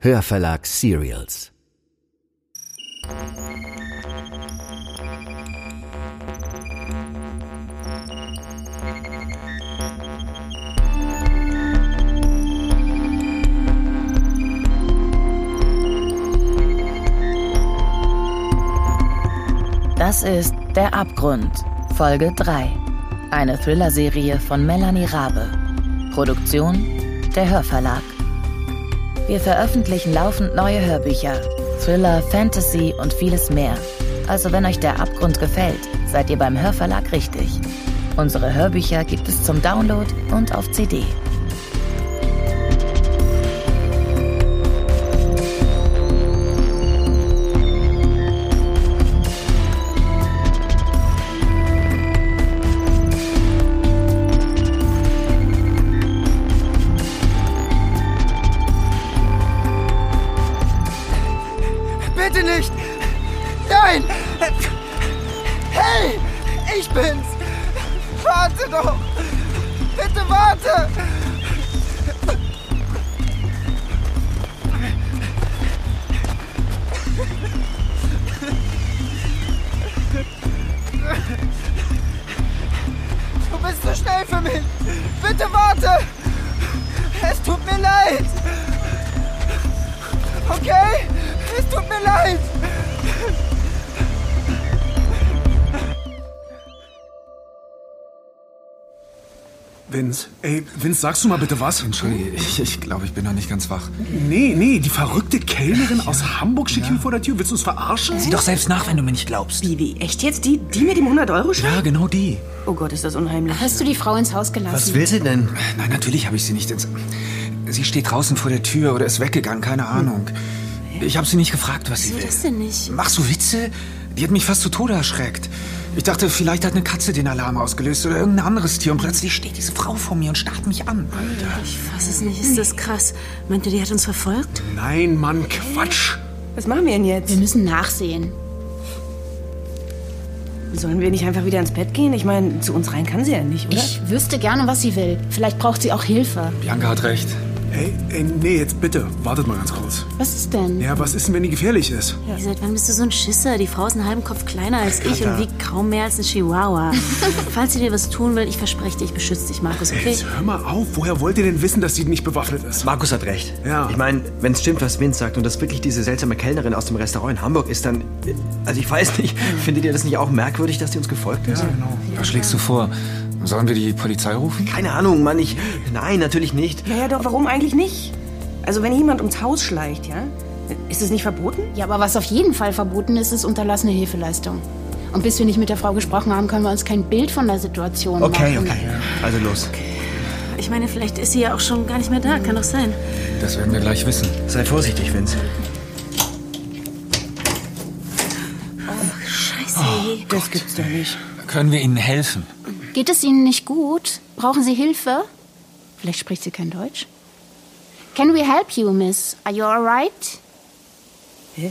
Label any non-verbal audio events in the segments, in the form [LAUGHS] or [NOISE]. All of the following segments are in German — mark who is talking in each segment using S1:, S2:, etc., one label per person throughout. S1: Hörverlag Serials.
S2: Das ist Der Abgrund, Folge 3. Eine Thriller-Serie von Melanie Rabe. Produktion der Hörverlag. Wir veröffentlichen laufend neue Hörbücher, Thriller, Fantasy und vieles mehr. Also wenn euch der Abgrund gefällt, seid ihr beim Hörverlag richtig. Unsere Hörbücher gibt es zum Download und auf CD.
S3: Bitte nicht! Nein! Hey! Ich bin's! Warte doch! Bitte warte! Du bist zu schnell für mich! Bitte warte! Es tut mir leid! Okay? Es tut mir leid!
S4: Vince.
S5: Ey, Vince, sagst du mal bitte was?
S4: Entschuldige, ich, ich glaube, ich bin noch nicht ganz wach.
S5: Nee, nee, die verrückte Kellnerin aus Hamburg steht hier vor der Tür. Willst du uns verarschen?
S4: Sieh doch selbst nach, wenn du mir nicht glaubst.
S6: Wie, wie, echt jetzt? Die, die mit dem 100-Euro-Schein?
S4: Ja, genau die.
S6: Oh Gott, ist das unheimlich.
S7: Hast du die Frau ins Haus gelassen?
S8: Was will sie denn?
S4: Nein, natürlich habe ich sie nicht ins... Sie steht draußen vor der Tür oder ist weggegangen, keine Ahnung. Ich habe sie nicht gefragt, was sie
S7: Wieso
S4: will.
S7: das denn nicht?
S4: Machst du Witze? Die hat mich fast zu Tode erschreckt. Ich dachte, vielleicht hat eine Katze den Alarm ausgelöst oder irgendein anderes Tier und plötzlich steht diese Frau vor mir und starrt mich an. Alter.
S7: Ich fass es nicht, ist das krass. Meint ihr, die hat uns verfolgt?
S5: Nein, Mann, Quatsch.
S6: Was machen wir denn jetzt?
S7: Wir müssen nachsehen.
S6: Sollen wir nicht einfach wieder ins Bett gehen? Ich meine, zu uns rein kann sie ja nicht, oder?
S7: Ich wüsste gerne, was sie will. Vielleicht braucht sie auch Hilfe.
S4: Bianca hat recht.
S5: Ey, ey, nee, jetzt bitte. Wartet mal ganz kurz.
S7: Was ist denn?
S5: Ja, was ist denn, wenn die gefährlich ist?
S7: Ey, Seit wann bist du so ein Schisser? Die Frau ist einen halben Kopf kleiner als ich und wiegt kaum mehr als
S8: [LAUGHS]
S7: ein Chihuahua. Falls sie dir was tun will, ich verspreche dir, ich beschütze dich, Markus,
S5: Ey,
S7: okay?
S5: jetzt hör mal auf. Woher wollt ihr denn wissen, dass sie nicht bewaffnet ist?
S8: Markus hat recht.
S5: Ja.
S8: Ich meine, wenn es stimmt, was Vince sagt und das wirklich diese seltsame Kellnerin aus dem Restaurant in Hamburg ist, dann. Also ich weiß nicht, [LAUGHS] findet ihr das nicht auch merkwürdig, dass die uns gefolgt ist?
S6: genau.
S4: Was schlägst du vor? Sollen wir die Polizei rufen?
S8: Keine Ahnung, Mann, ich. Nein, natürlich nicht.
S6: Ja, ja, doch, warum eigentlich nicht? Also, wenn jemand ums Haus schleicht, ja? Ist das nicht verboten?
S9: Ja, aber was auf jeden Fall verboten ist, ist unterlassene Hilfeleistung. Und bis wir nicht mit der Frau gesprochen haben, können wir uns kein Bild von der Situation
S8: Okay,
S9: machen.
S8: okay. Also los.
S7: Ich meine, vielleicht ist sie ja auch schon gar nicht mehr da, kann doch sein.
S4: Das werden wir gleich wissen.
S8: Sei vorsichtig, Vince.
S7: Scheiße. ey.
S6: Oh, Das gibt's doch nicht.
S4: Können wir ihnen helfen?
S9: Geht es Ihnen nicht gut? Brauchen Sie Hilfe? Vielleicht spricht sie kein Deutsch. Can we help you, miss? Are you alright?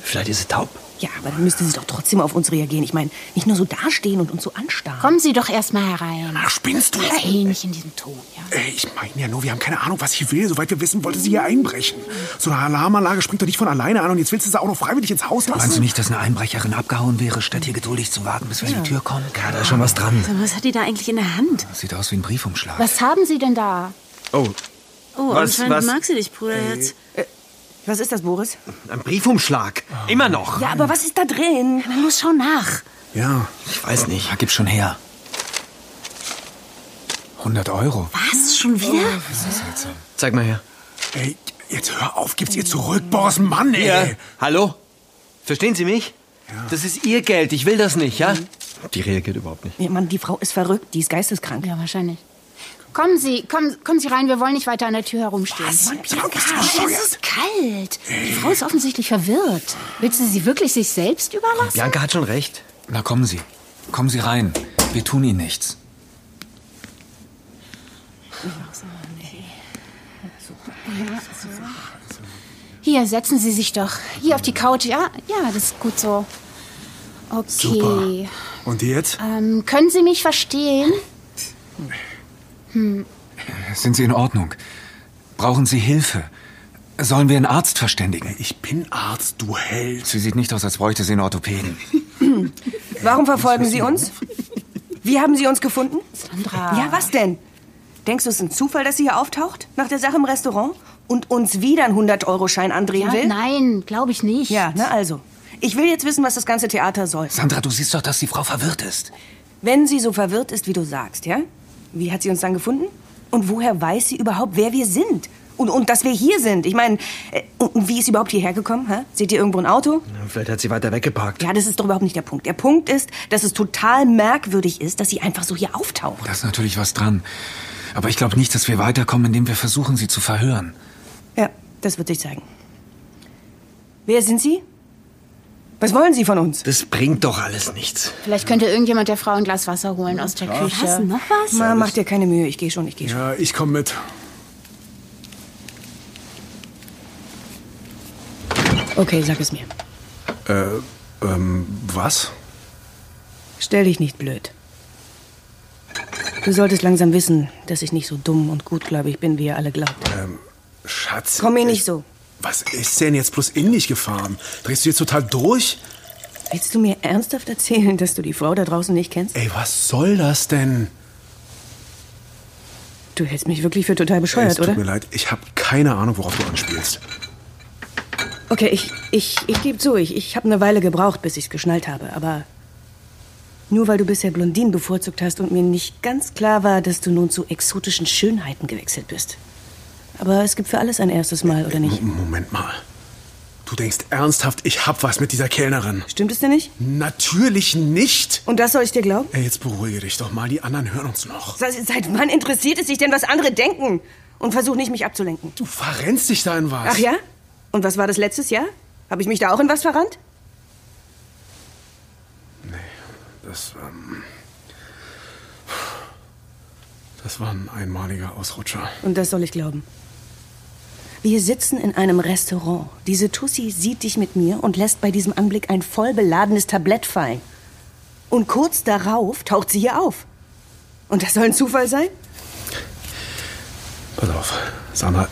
S8: Vielleicht ist sie taub.
S6: Ja, aber dann müsste sie doch trotzdem auf uns reagieren. Ich meine, nicht nur so dastehen und uns so anstarren.
S9: Kommen Sie doch erstmal herein.
S8: Ah,
S5: Ach, spinnst du?
S9: Hey, nicht in diesem Ton, ja.
S5: Ey, ich meine ja nur, wir haben keine Ahnung, was sie will. Soweit wir wissen, wollte sie hier einbrechen. So eine Alarmanlage springt doch nicht von alleine an und jetzt willst du sie auch noch freiwillig ins Haus
S4: Meinst du
S5: lassen?
S4: nicht, dass eine Einbrecherin abgehauen wäre, statt hier geduldig zu warten, bis wir an die Tür kommen?
S8: Ja, da ist schon was dran.
S7: Sag mal, Was hat die da eigentlich in der Hand?
S4: Das sieht aus wie ein Briefumschlag.
S9: Was haben Sie denn da?
S8: Oh,
S7: Oh,
S8: Was-
S7: anscheinend
S8: was-
S7: mag sie dich, Bruderherz.
S6: Was ist das, Boris?
S8: ein Briefumschlag. Immer noch.
S6: Ja, aber was ist da drin?
S7: Man muss schon nach.
S5: Ja.
S8: Ich weiß nicht.
S4: Ja, gib schon her. 100 Euro.
S7: Was? Schon wieder?
S8: Zeig mal her.
S5: Ey, jetzt hör auf, gib's ihr zurück, Boris. Mann, ey.
S8: Hallo? Verstehen Sie mich? Das ist Ihr Geld. Ich will das nicht, ja? Die reagiert überhaupt nicht.
S6: Ja, Mann, die Frau ist verrückt. Die ist geisteskrank.
S9: Ja, wahrscheinlich. Kommen Sie, kommen, kommen Sie rein, wir wollen nicht weiter an der Tür herumstehen. Was? Es ist kalt.
S6: Äh.
S9: Die Frau ist offensichtlich verwirrt. Willst du sie wirklich sich selbst überlassen?
S8: Bianca hat schon recht.
S4: Na kommen Sie. Kommen Sie rein. Wir tun Ihnen nichts.
S9: Hier, setzen Sie sich doch. Hier auf die Couch, ja? Ja, das ist gut so. Okay.
S5: Und jetzt?
S9: Ähm, können Sie mich verstehen?
S4: Sind Sie in Ordnung? Brauchen Sie Hilfe? Sollen wir einen Arzt verständigen?
S5: Ich bin Arzt, du Held.
S4: Sie sieht nicht aus, als bräuchte sie einen Orthopäden.
S6: Warum verfolgen Sie uns? Wie haben Sie uns gefunden?
S9: Sandra.
S6: Ja, was denn? Denkst du, es ist ein Zufall, dass sie hier auftaucht? Nach der Sache im Restaurant? Und uns wieder einen 100-Euro-Schein andrehen
S9: Ja,
S6: will?
S9: nein, glaube ich nicht.
S6: Ja, na also. Ich will jetzt wissen, was das ganze Theater soll.
S4: Sandra, du siehst doch, dass die Frau verwirrt ist.
S6: Wenn sie so verwirrt ist, wie du sagst, ja? Wie hat sie uns dann gefunden? Und woher weiß sie überhaupt, wer wir sind? Und, und dass wir hier sind? Ich meine, äh, und, und wie ist sie überhaupt hierher gekommen? Hä? Seht ihr irgendwo ein Auto?
S8: Vielleicht hat sie weiter weggeparkt.
S6: Ja, das ist doch überhaupt nicht der Punkt. Der Punkt ist, dass es total merkwürdig ist, dass sie einfach so hier auftaucht.
S4: Da ist natürlich was dran. Aber ich glaube nicht, dass wir weiterkommen, indem wir versuchen, sie zu verhören.
S6: Ja, das wird sich zeigen. Wer sind Sie? Was wollen Sie von uns?
S8: Das bringt doch alles nichts.
S9: Vielleicht könnte irgendjemand der Frau ein Glas Wasser holen aus der Küche.
S7: Was? Noch was?
S6: Ma, mach dir keine Mühe. Ich gehe schon, ich gehe schon.
S5: Ja, ich komme mit.
S6: Okay, sag es mir.
S5: Äh, ähm, was?
S6: Stell dich nicht blöd. Du solltest langsam wissen, dass ich nicht so dumm und gutgläubig bin, wie ihr alle glaubt.
S5: Ähm, Schatz. äh,
S6: Komm mir nicht so.
S5: Was ist denn jetzt bloß in dich gefahren? Drehst du jetzt total durch?
S6: Willst du mir ernsthaft erzählen, dass du die Frau da draußen nicht kennst?
S5: Ey, was soll das denn?
S6: Du hältst mich wirklich für total
S5: Ey,
S6: bescheuert,
S5: es tut
S6: oder?
S5: mir leid, ich habe keine Ahnung, worauf du anspielst.
S6: Okay, ich, ich, ich gebe zu, ich, ich habe eine Weile gebraucht, bis ich es geschnallt habe, aber nur weil du bisher Blondinen bevorzugt hast und mir nicht ganz klar war, dass du nun zu exotischen Schönheiten gewechselt bist. Aber es gibt für alles ein erstes Mal, oder nicht?
S5: M Moment mal. Du denkst ernsthaft, ich hab was mit dieser Kellnerin?
S6: Stimmt es denn nicht?
S5: Natürlich nicht.
S6: Und das soll ich dir glauben?
S5: Ey, jetzt beruhige dich doch mal, die anderen hören uns noch.
S6: Se- Seit wann interessiert es dich denn, was andere denken? Und versuch nicht, mich abzulenken.
S5: Du verrennst dich da in was.
S6: Ach ja? Und was war das letztes Jahr? Habe ich mich da auch in was verrannt?
S5: Das, ähm, das war ein einmaliger Ausrutscher.
S6: Und das soll ich glauben. Wir sitzen in einem Restaurant. Diese Tussi sieht dich mit mir und lässt bei diesem Anblick ein voll beladenes Tablett fallen. Und kurz darauf taucht sie hier auf. Und das soll ein Zufall sein?
S5: Pass auf, Sandra.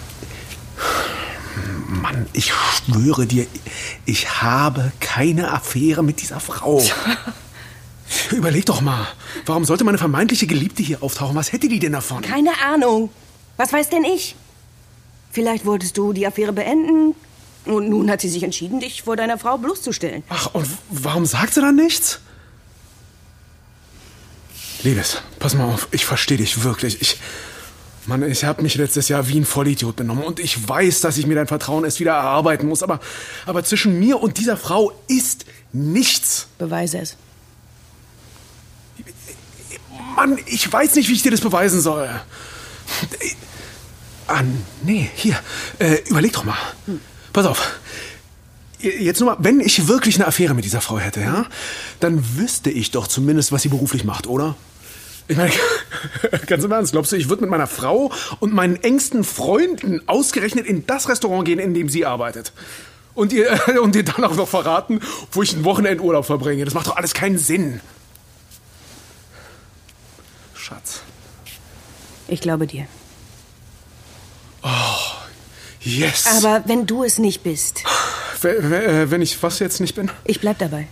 S5: Mann, ich schwöre dir, ich habe keine Affäre mit dieser Frau. Überleg doch mal, warum sollte meine vermeintliche Geliebte hier auftauchen? Was hätte die denn davon?
S6: Keine Ahnung. Was weiß denn ich? Vielleicht wolltest du die Affäre beenden. Und nun hat sie sich entschieden, dich vor deiner Frau bloßzustellen.
S5: Ach, und warum sagt sie dann nichts? Liebes, pass mal auf, ich verstehe dich wirklich. Ich, Mann, ich habe mich letztes Jahr wie ein Vollidiot benommen und ich weiß, dass ich mir dein Vertrauen erst wieder erarbeiten muss, aber, aber zwischen mir und dieser Frau ist nichts.
S6: Beweise es.
S5: Mann, ich weiß nicht, wie ich dir das beweisen soll. Ah, nee, hier. Äh, überleg doch mal.
S6: Hm.
S5: Pass auf. Jetzt nur mal, wenn ich wirklich eine Affäre mit dieser Frau hätte, ja, dann wüsste ich doch zumindest, was sie beruflich macht, oder? Ich meine, [LAUGHS] ganz im Ernst, glaubst du, ich würde mit meiner Frau und meinen engsten Freunden ausgerechnet in das Restaurant gehen, in dem sie arbeitet? Und ihr, [LAUGHS] und ihr dann auch noch verraten, wo ich einen Wochenendurlaub verbringe? Das macht doch alles keinen Sinn. Schatz.
S6: Ich glaube dir.
S5: Yes.
S6: Aber wenn du es nicht bist,
S5: W- w- äh, Wenn ich was jetzt nicht bin?
S6: ich bleib dabei.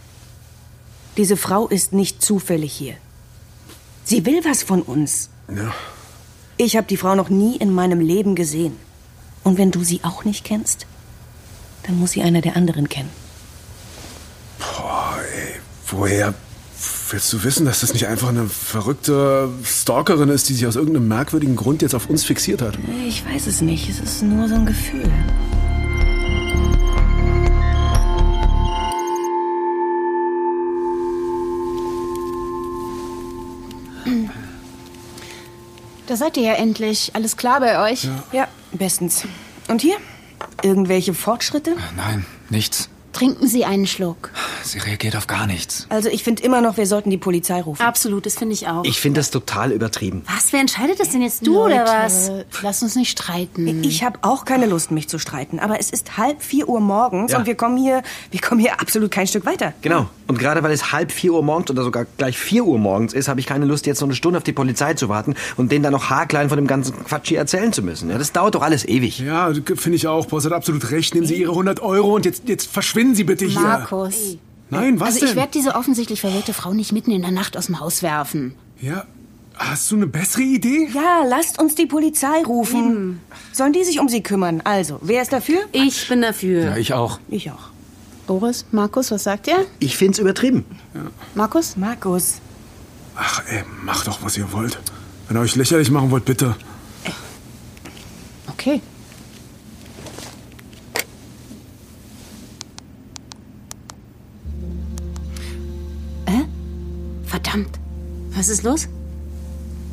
S6: Diese Frau ist nicht zufällig hier. Sie will was von uns.
S5: Ja.
S6: Ich habe die Frau noch nie in meinem Leben gesehen. Und wenn du sie auch nicht kennst, dann muss sie einer der anderen kennen.
S5: Boah, ey, woher willst du wissen, dass das nicht einfach eine verrückte Stalkerin ist, die sich aus irgendeinem merkwürdigen Grund jetzt auf uns fixiert hat?
S6: Ich weiß es nicht. Es ist nur so ein Gefühl.
S9: Da seid ihr ja endlich. Alles klar bei euch?
S6: Ja, bestens. Und hier? Irgendwelche Fortschritte?
S4: Nein, nichts.
S9: Trinken Sie einen Schluck.
S4: Sie reagiert auf gar nichts.
S6: Also ich finde immer noch, wir sollten die Polizei rufen.
S7: Absolut, das finde ich auch.
S8: Ich finde das total übertrieben.
S7: was? Wer entscheidet das denn jetzt? Du oder was?
S9: Leute, Lass uns nicht streiten.
S6: Ich habe auch keine Lust, mich zu streiten. Aber es ist halb vier Uhr morgens
S8: Ja.
S6: und wir kommen hier, wir kommen hier absolut kein Stück weiter.
S8: Genau. Und gerade weil es halb vier Uhr morgens oder sogar gleich vier Uhr morgens ist, habe ich keine Lust, jetzt noch eine Stunde auf die Polizei zu warten und denen dann noch haarklein von dem ganzen Quatsch hier erzählen zu müssen. Ja, das dauert doch alles ewig.
S5: Ja, finde ich auch. Boss hat absolut recht. Nehmen Sie Ihre 100 Euro und jetzt, jetzt verschwinden Sie bitte hier.
S9: Markus.
S5: Nein, was
S9: also ich
S5: denn?
S9: werde diese offensichtlich verwirrte Frau nicht mitten in der Nacht aus dem Haus werfen.
S5: ja, hast du eine bessere Idee?
S6: Ja, lasst uns die Polizei rufen. Sollen die sich um sie kümmern? Also, wer ist dafür?
S7: Ich bin dafür.
S4: Ja, ich auch.
S6: Ich auch.
S9: Boris, Markus, was sagt ihr?
S8: Ich find's übertrieben.
S9: Markus?
S6: Markus.
S5: Ach, ey, macht doch, was ihr wollt. Wenn ihr euch lächerlich machen wollt, bitte.
S9: Okay. Äh? Verdammt.
S7: Was ist los?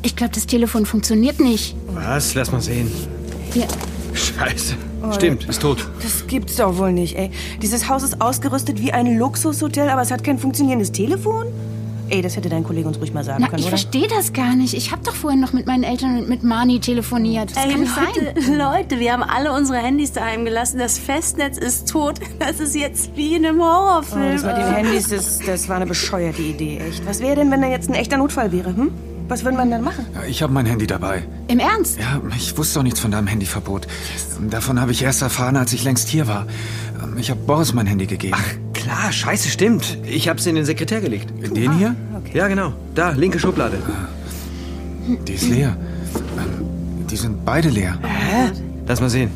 S9: Ich glaube, das Telefon funktioniert nicht.
S8: Was? Lass mal sehen.
S9: Hier.
S8: Scheiße. Stimmt, ist tot.
S6: Das gibt's doch wohl nicht, ey. Dieses Haus ist ausgerüstet wie ein Luxushotel, aber es hat kein funktionierendes Telefon? Ey, das hätte dein Kollege uns ruhig mal sagen
S9: Na,
S6: können,
S9: ich
S6: oder?
S9: verstehe das gar nicht. Ich habe doch vorhin noch mit meinen Eltern und mit Mani telefoniert. Das kann nicht sein.
S7: Leute, [LAUGHS] Leute, wir haben alle unsere Handys daheim gelassen. Das Festnetz ist tot. [LAUGHS] Das ist jetzt wie in einem Horrorfilm.
S9: Oh,
S6: Das mit den Handys, das, das war eine bescheuerte Idee, echt. Was wäre denn, wenn da jetzt ein echter Notfall wäre, hm? Was würde man dann machen?
S4: Ja, Ich habe mein Handy dabei.
S9: Im Ernst?
S4: Ja, ich wusste auch nichts von deinem Handyverbot. Davon habe ich erst erfahren, als ich längst hier war. Ich habe Boris mein Handy gegeben.
S8: Klar, scheiße, stimmt. Ich hab's in den Sekretär gelegt.
S4: Den hier?
S8: Ja, genau. Da, linke Schublade.
S4: Die ist leer. Ähm, Die sind beide leer.
S8: Lass mal sehen.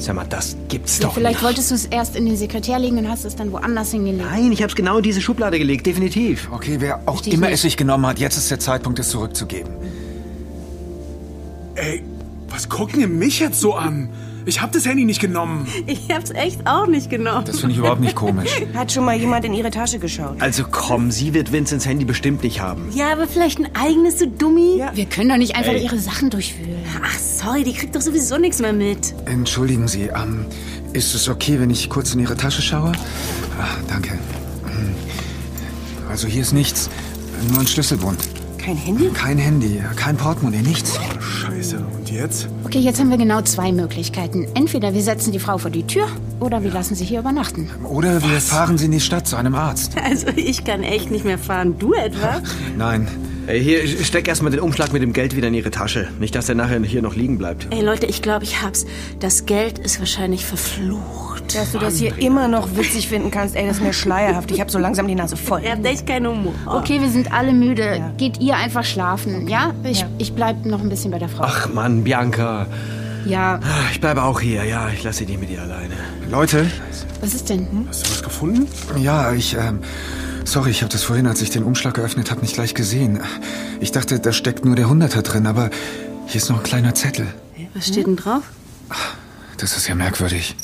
S8: Sag mal, das gibt's doch
S9: Vielleicht
S8: nicht.
S9: wolltest du es erst in den Sekretär legen und hast es dann woanders hingelegt.
S8: Nein, ich hab's genau in diese Schublade gelegt, definitiv.
S4: Okay, wer auch
S9: Verstehe ich
S4: immer
S9: nicht.
S4: es sich genommen hat, jetzt ist der Zeitpunkt, es zurückzugeben.
S5: Ey, was gucken ihr mich jetzt so an? Ich hab das Handy nicht genommen.
S7: Ich hab's echt auch nicht genommen.
S4: Das finde ich überhaupt nicht komisch.
S6: Hat schon mal jemand in ihre Tasche geschaut?
S8: Also komm, sie wird Vincents Handy bestimmt nicht haben.
S7: Ja, aber vielleicht ein eigenes, du Dummi.
S9: Wir können doch nicht einfach ihre Sachen durchwühlen.
S7: Ach, sorry, die kriegt doch sowieso nichts mehr mit.
S4: Entschuldigen Sie, ähm, ist es okay, wenn ich kurz in Ihre Tasche schaue? Ah, danke. Hm. Also hier ist nichts, nur ein Schlüsselbund.
S6: Kein Handy?
S4: Kein Handy, kein Portemonnaie, nichts.
S5: Scheiße, und jetzt?
S9: Okay, jetzt haben wir genau zwei Möglichkeiten. Entweder wir setzen die Frau vor die Tür oder wir lassen sie hier übernachten.
S4: Oder wir fahren Sie in die Stadt zu einem Arzt.
S7: Also, ich kann echt nicht mehr fahren. Du etwa?
S4: Nein,
S8: Ey, hier, steck erstmal den Umschlag mit dem Geld wieder in ihre Tasche. Nicht, dass der nachher hier noch liegen bleibt.
S7: Ey, Leute, ich glaube, ich hab's. Das Geld ist wahrscheinlich verflucht.
S6: Dass du das hier immer noch witzig finden kannst, ey, das ist mir schleierhaft. Ich hab so langsam die Nase voll.
S7: Ihr habt echt keinen Humor.
S9: Okay, wir sind alle müde. Geht ihr einfach schlafen, ja? Ich, ich bleib noch ein bisschen bei der Frau.
S8: Ach Mann, Bianca.
S9: Ja,
S8: Ich bleibe auch hier, ja. Ich lasse dich nicht mit ihr alleine.
S4: Leute,
S9: was ist denn?
S5: Hast du was gefunden?
S4: ja, ich, ähm, sorry, ich habe das vorhin, als ich den Umschlag geöffnet habe, nicht gleich gesehen. Ich dachte, da steckt nur der Hunderter drin, aber hier ist noch ein kleiner Zettel.
S7: Was steht denn drauf?
S4: Das ist ja merkwürdig.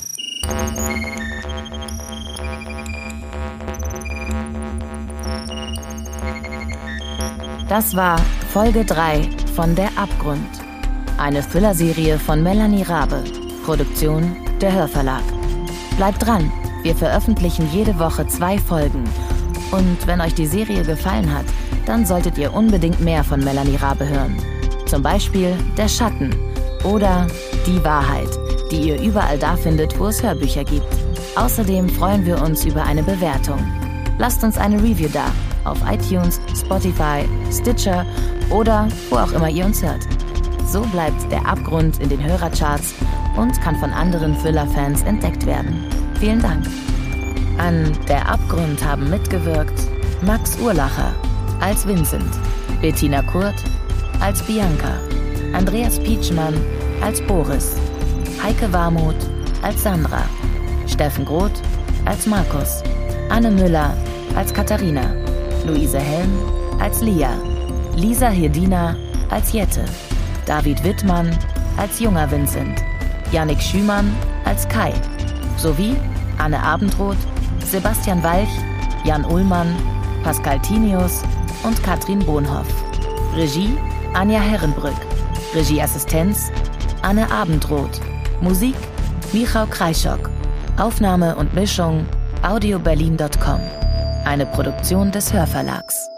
S2: Das war Folge 3 von Der Abgrund. Eine Thriller-Serie von Melanie Rabe. Produktion der Hörverlag. Bleibt dran, wir veröffentlichen jede Woche zwei Folgen. Und wenn euch die Serie gefallen hat, dann solltet ihr unbedingt mehr von Melanie Rabe hören. Zum Beispiel Der Schatten oder Die Wahrheit, die ihr überall da findet, wo es Hörbücher gibt. Außerdem freuen wir uns über eine Bewertung. Lasst uns eine Review da auf iTunes, Spotify, Stitcher oder wo auch immer ihr uns hört. So bleibt der Abgrund in den Hörercharts und kann von anderen Thriller-Fans entdeckt werden. Vielen Dank. An Der Abgrund haben mitgewirkt Max Urlacher als Vincent, Bettina Kurt als Bianca, Andreas Pietschmann als Boris, Heike Warmuth als Sandra, Steffen Groth als Markus, Anne Müller als Katharina, Luise Helm als Lia, Lisa Hirdina als Jette, David Wittmann als junger Vincent, Yannick Schümann als Kai sowie Anne Abendroth, Sebastian Walch, Jan Ullmann, Pascal Tinius und Katrin Bohnhoff. Regie Anja Herrenbrück. Regieassistenz Anne Abendroth. Musik Michał Kreischock. Aufnahme und Mischung audioberlin.com. Eine Produktion des Hörverlags.